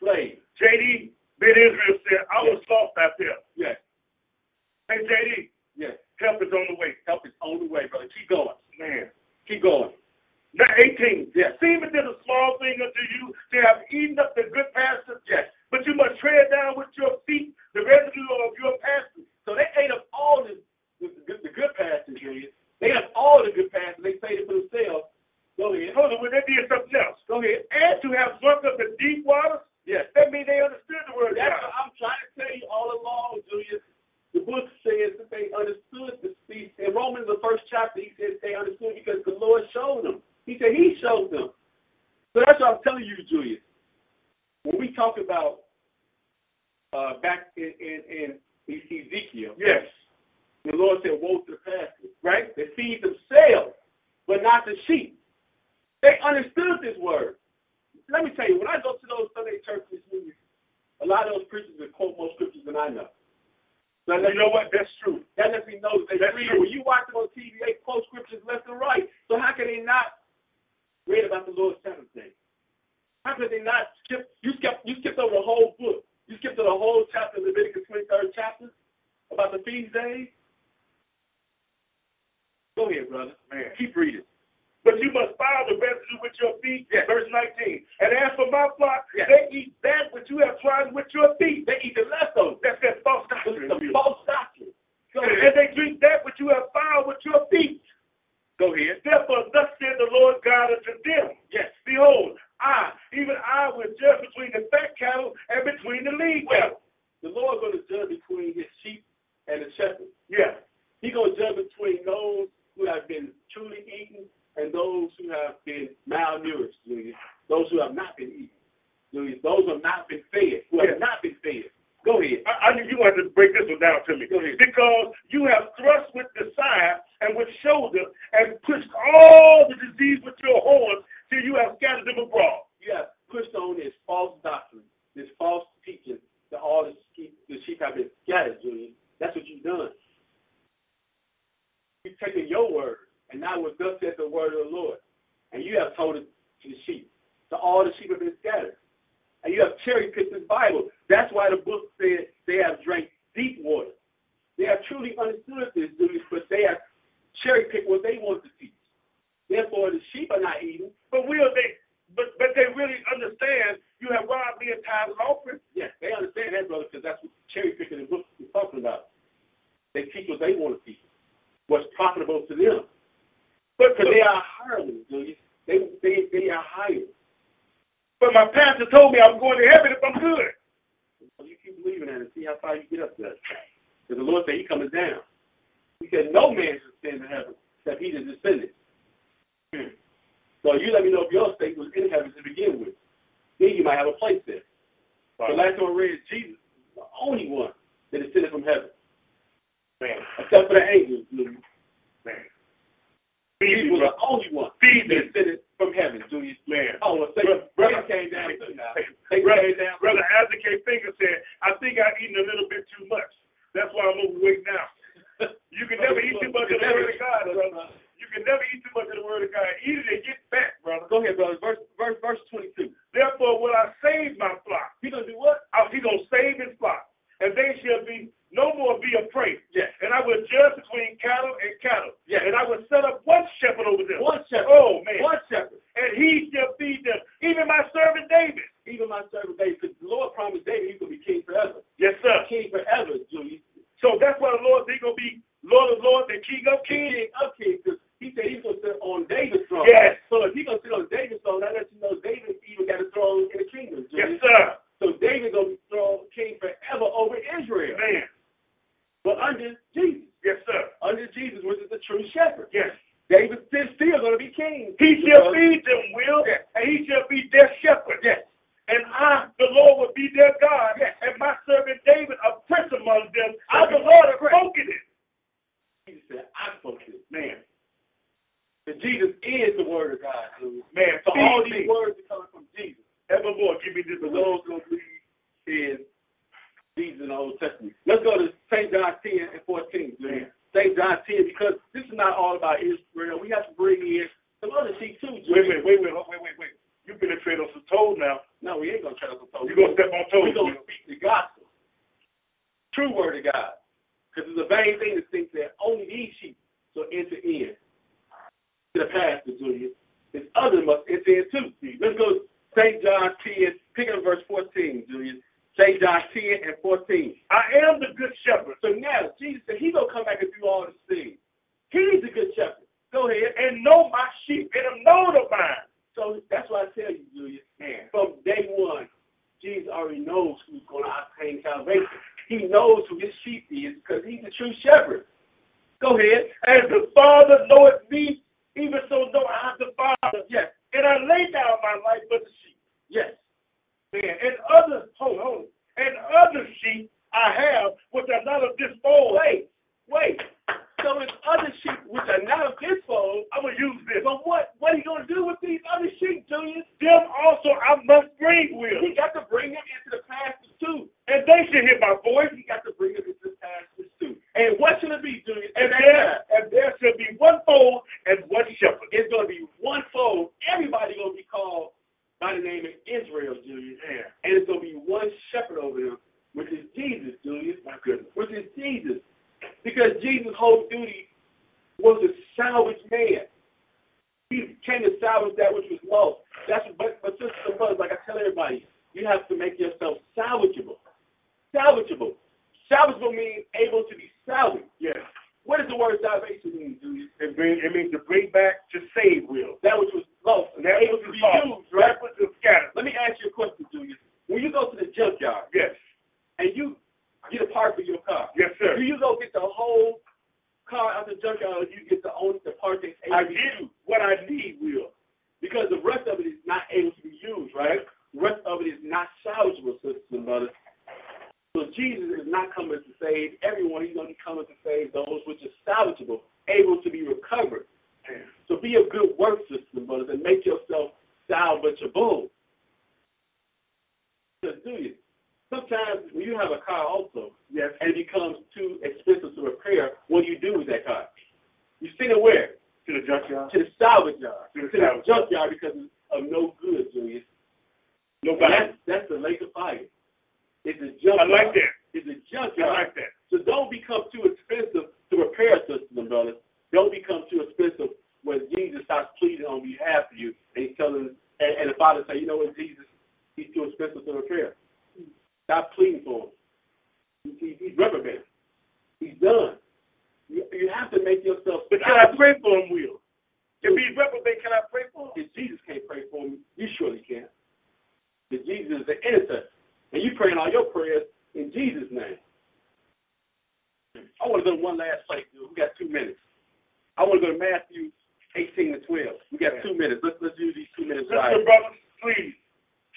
Speaker 1: slave.
Speaker 2: JD, Ben Israel said, I was lost out there.
Speaker 1: Yes,
Speaker 2: Hey, JD,
Speaker 1: yes.
Speaker 2: help is on the way.
Speaker 1: Help is on the way, brother. Keep going.
Speaker 2: Man.
Speaker 1: Keep going.
Speaker 2: Now, 18.
Speaker 1: Yes.
Speaker 2: Seemeth it a small thing unto you to have eaten up the good pasture,
Speaker 1: Yes.
Speaker 2: but you must tread down with your feet the residue of your pasture.
Speaker 1: So they ate up all the, the, the, the good pastors, Julius. They ate up all the good pastors. They saved it for themselves. Go ahead.
Speaker 2: Hold on, well, they did something else.
Speaker 1: Go ahead.
Speaker 2: And to have drunk up the deep waters,
Speaker 1: Yes.
Speaker 2: that means they understood the word of
Speaker 1: That's what
Speaker 2: God.
Speaker 1: I'm trying to tell you all along, Julius. The book says that they understood the speech. In Romans, the first chapter, he says they understood because the Lord showed them. He said he showed them. So that's what I'm telling you, Julius. When we talk about uh, back in, in, in Ezekiel,
Speaker 2: Yes.
Speaker 1: the Lord said, Woe to the pastors, right? They feed themselves, but not the sheep. They understood this word. Let me tell you, when I go to those Sunday churches, a lot of those preachers will quote more scriptures than I know. So
Speaker 2: You know what? That's true.
Speaker 1: that lets me know that they
Speaker 2: That's
Speaker 1: read.
Speaker 2: true.
Speaker 1: When you watch them on TV, they quote scriptures left and right. So how can they not read about the Lord's Sabbath day? How could they not skip? You skipped. You skipped over the whole book. You skipped over the whole chapter of Leviticus 23rd chapter about the feast days. Go ahead, brother.
Speaker 2: Man.
Speaker 1: Keep reading.
Speaker 2: But you must file the residue with your feet.
Speaker 1: Yes.
Speaker 2: Verse 19. And as for my flock,
Speaker 1: Yes.
Speaker 2: they eat that which you have trodden with your feet.
Speaker 1: They eat the leftovers.
Speaker 2: That's that false
Speaker 1: That's
Speaker 2: doctrine.
Speaker 1: the false doctrine. Go
Speaker 2: And
Speaker 1: ahead.
Speaker 2: they drink that which you have filed with your feet.
Speaker 1: Go ahead.
Speaker 2: Therefore, thus said the Lord God unto them.
Speaker 1: Yes.
Speaker 2: Behold, I, even I, will judge between the fat cattle and between the lean cattle.
Speaker 1: The Lord going to judge between His sheep and the shepherd.
Speaker 2: Yeah.
Speaker 1: He gonna judge between those who have been truly eaten and those who have been malnourished, Julius. Those who have not been eaten, Julius. Those who have not been fed, who
Speaker 2: Yeah.
Speaker 1: have not been fed. Go ahead.
Speaker 2: I, I knew you wanted to break this one down to me.
Speaker 1: Go ahead.
Speaker 2: Because you have thrust with the side and with shoulder and pushed all the disease with your horns till you have scattered them abroad.
Speaker 1: You have pushed on this false doctrine, this false teaching that all the sheep, the sheep have been scattered, Julius. That's what you've done. You've taken your word, and now what thus said the word of the Lord, and you have told it to the sheep. So all the sheep have been scattered. And you have cherry picked this Bible. That's why the book said they have drank deep water. They have truly understood this, dude, but they have cherry picked what they want to teach. Therefore, the sheep are not eating.
Speaker 2: But will they? But but they really understand you have robbed me of tithes and offerings.
Speaker 1: Yes, they understand that, brother, because that's what cherry picking the book is talking about. They teach what they want to teach, what's profitable to them.
Speaker 2: But
Speaker 1: Because they are hirelings, dude. They, they, they are hired.
Speaker 2: but my pastor told me I'm going to heaven if I'm good.
Speaker 1: So you keep believing that and see how far you get up there. Because the Lord said He coming down. He said, No man should stand in heaven except he that descended. Hmm. So you let me know if your state was in heaven to begin with. Then you might have a place there. The last one I read is Jesus, the only one that descended from heaven,
Speaker 2: man,
Speaker 1: except for the angels. Julius.
Speaker 2: man.
Speaker 1: Jesus was the only one
Speaker 2: Feed
Speaker 1: that
Speaker 2: me.
Speaker 1: descended from heaven, Julius.
Speaker 2: Man.
Speaker 1: Oh, well, they,
Speaker 2: Brother- brother-
Speaker 1: they came down. too now. They
Speaker 2: Brother,
Speaker 1: came down.
Speaker 2: brother Isaac K. Finger said, I think I've eaten a little bit too much. That's why I'm overweight now. You can never eat too much of the word of God, brother. You can never eat too much of the word of God. Eat it and get fat, brother.
Speaker 1: Go ahead, brother. Verse, verse, verse 22.
Speaker 2: Therefore will I save my flock.
Speaker 1: He going to do what?
Speaker 2: I- He gonna save his flock, and they shall be no more be a prey.
Speaker 1: Yes.
Speaker 2: And I will judge between cattle and cattle.
Speaker 1: Yes.
Speaker 2: And I will set up one shepherd over them.
Speaker 1: One shepherd.
Speaker 2: Oh man.
Speaker 1: One shepherd.
Speaker 2: And he shall feed them. Even my servant David.
Speaker 1: Even my servant David, because the Lord promised David he could be king forever.
Speaker 2: Yes, sir.
Speaker 1: King forever, Julius.
Speaker 2: So that's why the Lord, they going to be Lord of Lords and King of
Speaker 1: King
Speaker 2: Kings.
Speaker 1: of kings, because he said he's going to sit on David's throne.
Speaker 2: Yes.
Speaker 1: So if he's going to sit on David's throne, that lets you know David even got a throne in the kingdom,
Speaker 2: Yes,
Speaker 1: Julius.
Speaker 2: sir.
Speaker 1: So David going to be throne king forever over Israel.
Speaker 2: Man.
Speaker 1: But under Jesus.
Speaker 2: Yes, sir.
Speaker 1: Under Jesus, which is the true shepherd.
Speaker 2: Yes.
Speaker 1: David is still going to be king.
Speaker 2: He shall feed them, Will,
Speaker 1: Yes.
Speaker 2: and he shall be their shepherd.
Speaker 1: Yes.
Speaker 2: And I, the Lord, will be their God, and my servant David, a prince among them. I, the Lord, have spoken it.
Speaker 1: Jesus said, I spoke to him.
Speaker 2: Man,
Speaker 1: And Jesus is the word of God. Julius.
Speaker 2: man,
Speaker 1: So all these words
Speaker 2: words-
Speaker 1: are coming from Jesus.
Speaker 2: evermore. Give me this
Speaker 1: The Lord's
Speaker 2: alone.
Speaker 1: going to lead in these in the Old Testament. Let's go to St. John 10 and 14. man. St. John 10, because this is not all about Israel. We have to bring in some other sheep too. Jimmy.
Speaker 2: Wait, wait, wait, wait, wait, wait, wait. You been tread on some toes now.
Speaker 1: No, we ain't going to try to
Speaker 2: You gonna step on
Speaker 1: We're
Speaker 2: toes?
Speaker 1: going to speak the gospel, true word of God. Because it's a vain thing to think that only these sheep shall enter in to the pasture, Julius. It's others must enter in too. Let's go to St. John 10, pick up verse 14, Julius. St. John 10 and 14.
Speaker 2: I am the good shepherd,
Speaker 1: So now, Jesus said he's going to come back and do all this thing. He's the good shepherd. Go ahead. And
Speaker 2: and know my sheep, and am known of mine.
Speaker 1: so that's why I tell you, Julius, man, from day one, Jesus already knows who's going to obtain salvation. He knows who his sheep is because he's the true shepherd. Go ahead.
Speaker 2: As the Father knoweth me, even so know I the Father.
Speaker 1: Yes,
Speaker 2: And I lay down my life for the sheep.
Speaker 1: yes.
Speaker 2: Man, and others, hold on, hold on. and other sheep I have, which are not of this fold.
Speaker 1: Wait, wait. So his other sheep, which are not of his fold,
Speaker 2: I'm gonna use this.
Speaker 1: but what what are you going to do with these other sheep, Julius?
Speaker 2: Them also I must
Speaker 1: He
Speaker 2: bring with,
Speaker 1: got to bring them into the pasture too.
Speaker 2: and they should hear my voice.
Speaker 1: He got to bring them into the pasture too. And what should it be, Julius?
Speaker 2: And there, and there shall be one fold and one shepherd.
Speaker 1: It's going to be one fold. Everybody going to be called by the name of Israel, Julius.
Speaker 2: Yeah.
Speaker 1: And it's going to be one shepherd over them, which is Jesus, Julius.
Speaker 2: My goodness.
Speaker 1: Which is Jesus. Because Jesus' whole duty was to salvage man. He came to salvage that which was lost. That's but but sisters and brothers, like I tell everybody, you have to make yourself salvageable. Salvageable. Salvageable means able to be salvaged.
Speaker 2: Yes.
Speaker 1: What does the word salvation mean, Julius?
Speaker 2: It means, it means to bring back to save will.
Speaker 1: That which was lost.
Speaker 2: And that
Speaker 1: able to
Speaker 2: was the
Speaker 1: be
Speaker 2: thought.
Speaker 1: used, right?
Speaker 2: That was the scatter.
Speaker 1: Let me ask you a question, Julius. When you go to the junkyard
Speaker 2: Yes.
Speaker 1: and you get a part for your car,
Speaker 2: Yes, sir.
Speaker 1: do you go get the whole car out the junkyard or you get the only the part that's able
Speaker 2: I
Speaker 1: to be
Speaker 2: get
Speaker 1: used?
Speaker 2: what I need will.
Speaker 1: Because the rest of it is not able to be used, right? The rest of it is not salvageable, sisters and brothers. So Jesus is not coming to save everyone. He's only coming to save those which are salvageable, able to be recovered. So be of good work, sisters and brothers, and make yourself salvageable. Just do it. Sometimes when you have a car also,
Speaker 2: Yes.
Speaker 1: and it becomes too expensive to repair, what do you do with that car? You send it where?
Speaker 2: To the junkyard.
Speaker 1: To the salvage yard,
Speaker 2: To the salvage
Speaker 1: junkyard because it's of no good, Julius. And
Speaker 2: Nobody.
Speaker 1: that's that's the lake of fire. It's a junkyard.
Speaker 2: I like that.
Speaker 1: It's a
Speaker 2: I
Speaker 1: junkyard.
Speaker 2: like that.
Speaker 1: So don't become too expensive to repair systems, and brothers. Don't become too expensive when Jesus starts pleading on behalf of you and he's telling and, and the father say, you know what, Jesus, he's too expensive to repair. Stop pleading for him. He, he, he's reprobated. He's done. You, you have to make yourself.
Speaker 2: But can I pray for him will? If he's reprobate, can I pray for him?
Speaker 1: If Jesus can't pray for me, you surely can. Because Jesus is the intercessor. And you praying all your prayers in Jesus' name. I want to go to one last place, dude. We got two minutes. I want to go to Matthew 18 to 12. We got two minutes. Let's, let's use these two minutes.
Speaker 2: Sister
Speaker 1: Right.
Speaker 2: brothers, please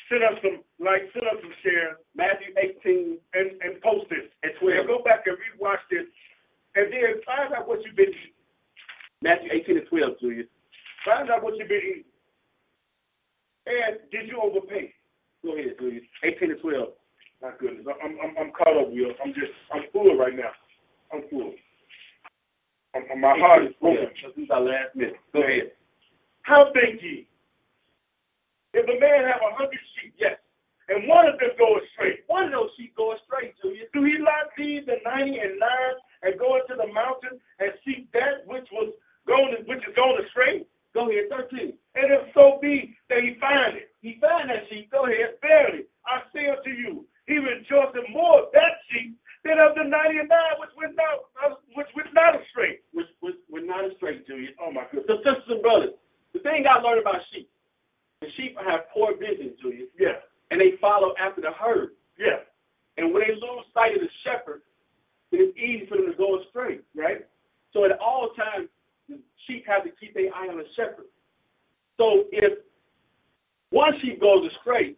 Speaker 2: send us some like, send us some shares
Speaker 1: Matthew 18
Speaker 2: and, and post this.
Speaker 1: and
Speaker 2: And
Speaker 1: 12.
Speaker 2: go back and rewatch this and then find out what you've been eating.
Speaker 1: Matthew 18 and 12, Julius.
Speaker 2: Find out what you've been eating. And did you overpay?
Speaker 1: Go ahead, Julius. 18 and 12.
Speaker 2: My goodness, I'm I'm I'm caught up, Will. I'm just I'm full right now. I'm full. I'm, I'm- my heart is broken.
Speaker 1: This is our last minute. Go ahead.
Speaker 2: How think ye? If a man have a hundred sheep, yes, and one of them go astray,
Speaker 1: One of those sheep go astray, Julius.
Speaker 2: do he not leave the ninety and nine and go into the mountain and seek that which was gone, which is gone astray?
Speaker 1: Go ahead, 13.
Speaker 2: And if so be that he find it,
Speaker 1: He found that sheep. Go ahead.
Speaker 2: verily I say unto you, he rejoiceth more of that sheep than of the ninety and nine which went not which went not astray.
Speaker 1: Which, which, we're not astray, Julius.
Speaker 2: Oh my goodness.
Speaker 1: So sisters and brothers, the thing I learned about sheep, the sheep have poor vision, Julius,
Speaker 2: Yeah,
Speaker 1: and they follow after the herd.
Speaker 2: yeah,
Speaker 1: And when they lose sight of the shepherd, then it's easy for them to go astray, right? So at all times, the sheep have to keep their eye on the shepherd. So if one sheep goes astray,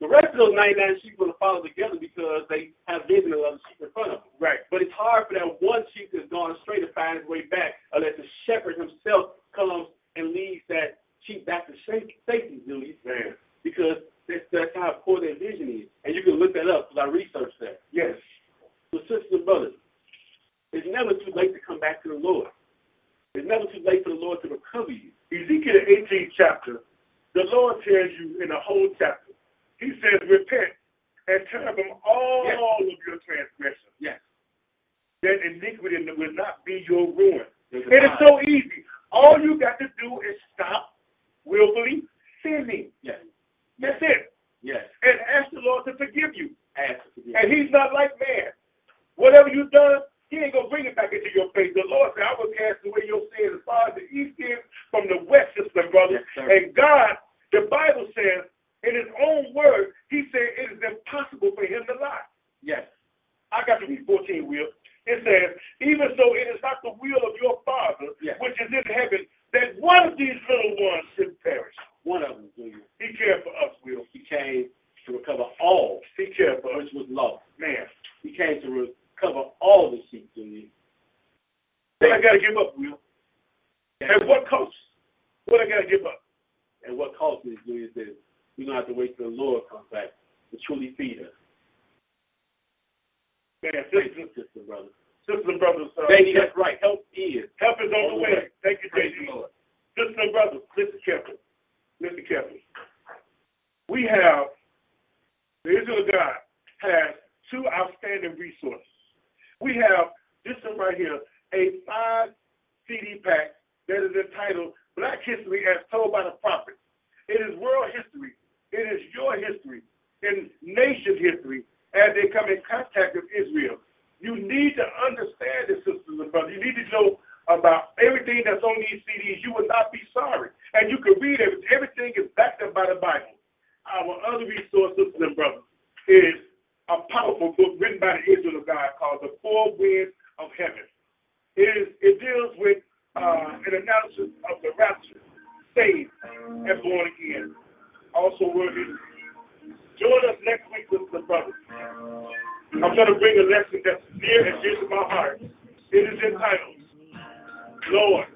Speaker 1: the rest of those 99 sheep are going to follow together because they have vision of the other sheep in front of them.
Speaker 2: right.
Speaker 1: But it's hard for that one sheep that's gone astray to find his way back unless the shepherd himself comes and leads that sheep back to sa- safety, Julius,
Speaker 2: Man,
Speaker 1: because that
Speaker 2: that's how poor their vision is. And you can look that up because I researched that. Yes. So sisters and brothers, it's never too late to come back to the Lord. It's never too late for the Lord to recover you.
Speaker 1: Ezekiel 18 chapter, the Lord tells you in the whole chapter, He says, Repent and turn from all
Speaker 2: Yes.
Speaker 1: of your transgressions,
Speaker 2: Yes.
Speaker 1: that iniquity will not be your ruin.
Speaker 2: There's a
Speaker 1: It is
Speaker 2: time.
Speaker 1: so easy. All you got to do is stop willfully sinning.
Speaker 2: Yes.
Speaker 1: That's it.
Speaker 2: Yes.
Speaker 1: And ask the Lord to forgive you.
Speaker 2: Ask for forgiveness.
Speaker 1: And he's not like man. Whatever you've done, he ain't gonna bring it back into your face. The Lord said, I will cast away your sin as far as the east is from the west is the brother.
Speaker 2: Yes, sir.
Speaker 1: and God, the Bible says, in his own word, he said it is impossible for him to lie.
Speaker 2: Yes.
Speaker 1: I got to read 14, Will. It says, even so it is not the will of your father
Speaker 2: Yes.
Speaker 1: which is in heaven that one of these little ones should perish.
Speaker 2: One of them, Junior.
Speaker 1: He cared for us, Will.
Speaker 2: He came to recover all
Speaker 1: He cared for us,
Speaker 2: which was lost.
Speaker 1: man.
Speaker 2: He came to recover all the sheep, Junior.
Speaker 1: What I gotta give up, Will?
Speaker 2: Yes.
Speaker 1: At what cost? What I gotta give up?
Speaker 2: And what caused this, Junior, is that we don't have to wait till the Lord comes back to truly feed us.
Speaker 1: Man,
Speaker 2: Thank
Speaker 1: sisters,
Speaker 2: you, sister, brother.
Speaker 1: sisters and brothers, uh,
Speaker 2: Baby, that's right. Help is.
Speaker 1: help is on the
Speaker 2: Lord.
Speaker 1: way. Thank you,
Speaker 2: Praise
Speaker 1: JD.
Speaker 2: the Lord.
Speaker 1: Sisters and brothers, listen carefully. Listen carefully. We have, the Israel of God has two outstanding resources. We have this one right here, a five CD pack that is entitled Black History as Told by the Prophets. It is world history. It is your history and nation history as they come in contact with Israel. You need to understand this, sisters and brothers. You need to know about everything that's on these CDs. You will not be sorry. And you can read it. Everything is backed up by the Bible. Our other resource, sisters and brothers, is a powerful book written by the Israel of God called The Four Winds of Heaven is it deals with uh, an analysis of the rapture, saved, and born again. Also worthy. Join us next week with the brothers. I'm going to bring a lesson that's near and dear to my heart. It is entitled, Lord,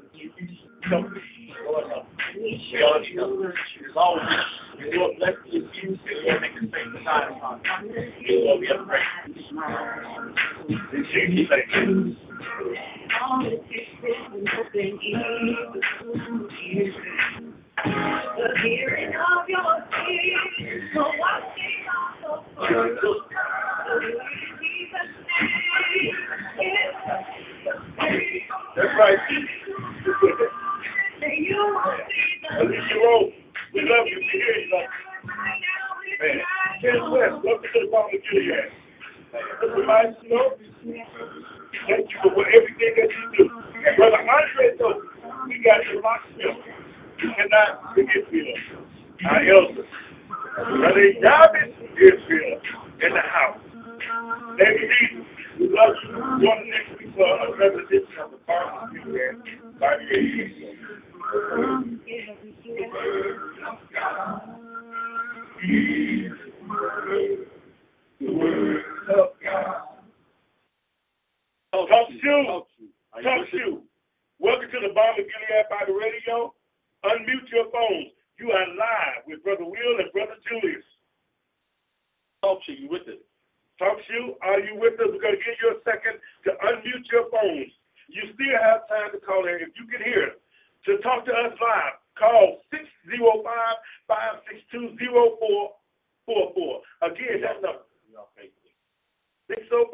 Speaker 1: help me. Lord, help me.
Speaker 2: We all need help. As always, the Lord bless you. The Lord make his face shine upon you. The Lord be a
Speaker 1: In Jesus' name. That's right. Alicia Rose, we love you. We hear you. love you. Man, Ken West, welcome to the Bible Gilead. This reminds you, Lord, thank you for everything that you do. Brother Andre, though, we got you locked up. You cannot forget Phil. Our elder. Brother Yahweh is Phil in the house. Lady Jesus, we love you. Join us next week for another edition of the Bible Gilead. By the Oh, Talk shoes. Talk shoes. Welcome to the Bomb and Gilead by the radio. Unmute your phones. You are live with Brother Will and Brother Julius.
Speaker 2: Talk to you with us.
Speaker 1: Talk shoe, are you with us? We're going to give you a second to unmute your phones. You still have time to call in. If you can hear us, to talk to us live, call 605 562 0444. Again, that number 605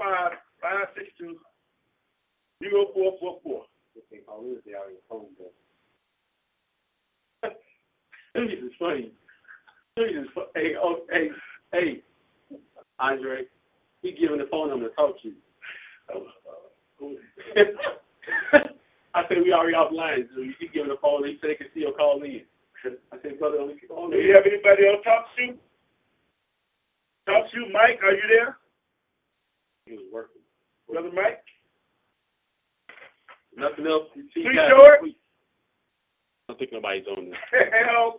Speaker 1: 562 0444.
Speaker 2: This is funny. This is fu- hey, oh, hey, hey, Andre, he giving the phone number to talk to you. I said we already offline. So he giving the phone. He said he can still call in. I said, brother, we can call
Speaker 1: Do you
Speaker 2: in.
Speaker 1: have anybody else talk to? Talk to Mike, are you there?
Speaker 2: He was working.
Speaker 1: Brother Mike?
Speaker 2: Nothing else. You see,
Speaker 1: Three
Speaker 2: guys,
Speaker 1: short?
Speaker 2: we- I don't think nobody's on this.
Speaker 1: Help.